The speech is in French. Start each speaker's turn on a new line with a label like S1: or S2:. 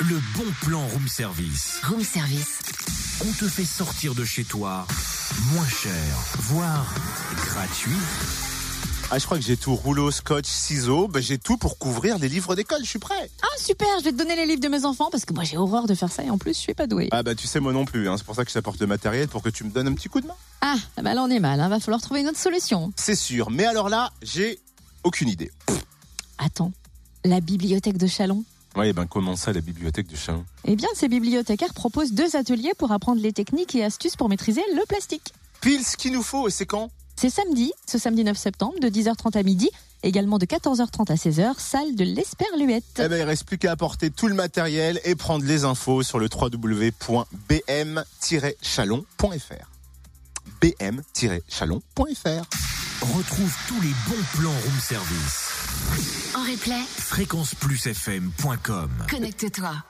S1: Le bon plan room service.
S2: Room service.
S1: On te fait sortir de chez toi moins cher, voire gratuit.
S3: Ah, je crois que j'ai tout. Rouleau, scotch, ciseaux. Ben, j'ai tout pour couvrir les livres d'école. Je suis prêt.
S4: Ah super, je vais te donner les livres de mes enfants parce que moi j'ai horreur de faire ça et en plus je suis pas douée.
S3: Ah, bah, tu sais, moi non plus. hein. C'est pour ça que je t'apporte le matériel pour que tu me donnes un petit coup de main.
S4: Ah, bah là on est mal, hein. va falloir trouver une autre solution.
S3: C'est sûr. Mais alors là, j'ai aucune idée.
S4: Attends, la bibliothèque de Chalon
S3: Ouais, ben, comment ça, la bibliothèque de Chalon
S4: Eh bien, ces bibliothécaires proposent deux ateliers pour apprendre les techniques et astuces pour maîtriser le plastique.
S3: Pile ce qu'il nous faut et c'est quand
S4: C'est samedi, ce samedi 9 septembre, de 10h30 à midi, également de 14h30 à 16h, salle de l'Esperluette.
S3: Eh ben, il reste plus qu'à apporter tout le matériel et prendre les infos sur le www.bm-chalon.fr. bm-chalon.fr.
S1: Retrouve tous les bons plans room service.
S2: En replay,
S1: Fréquenceplusfm.com.
S2: connecte-toi.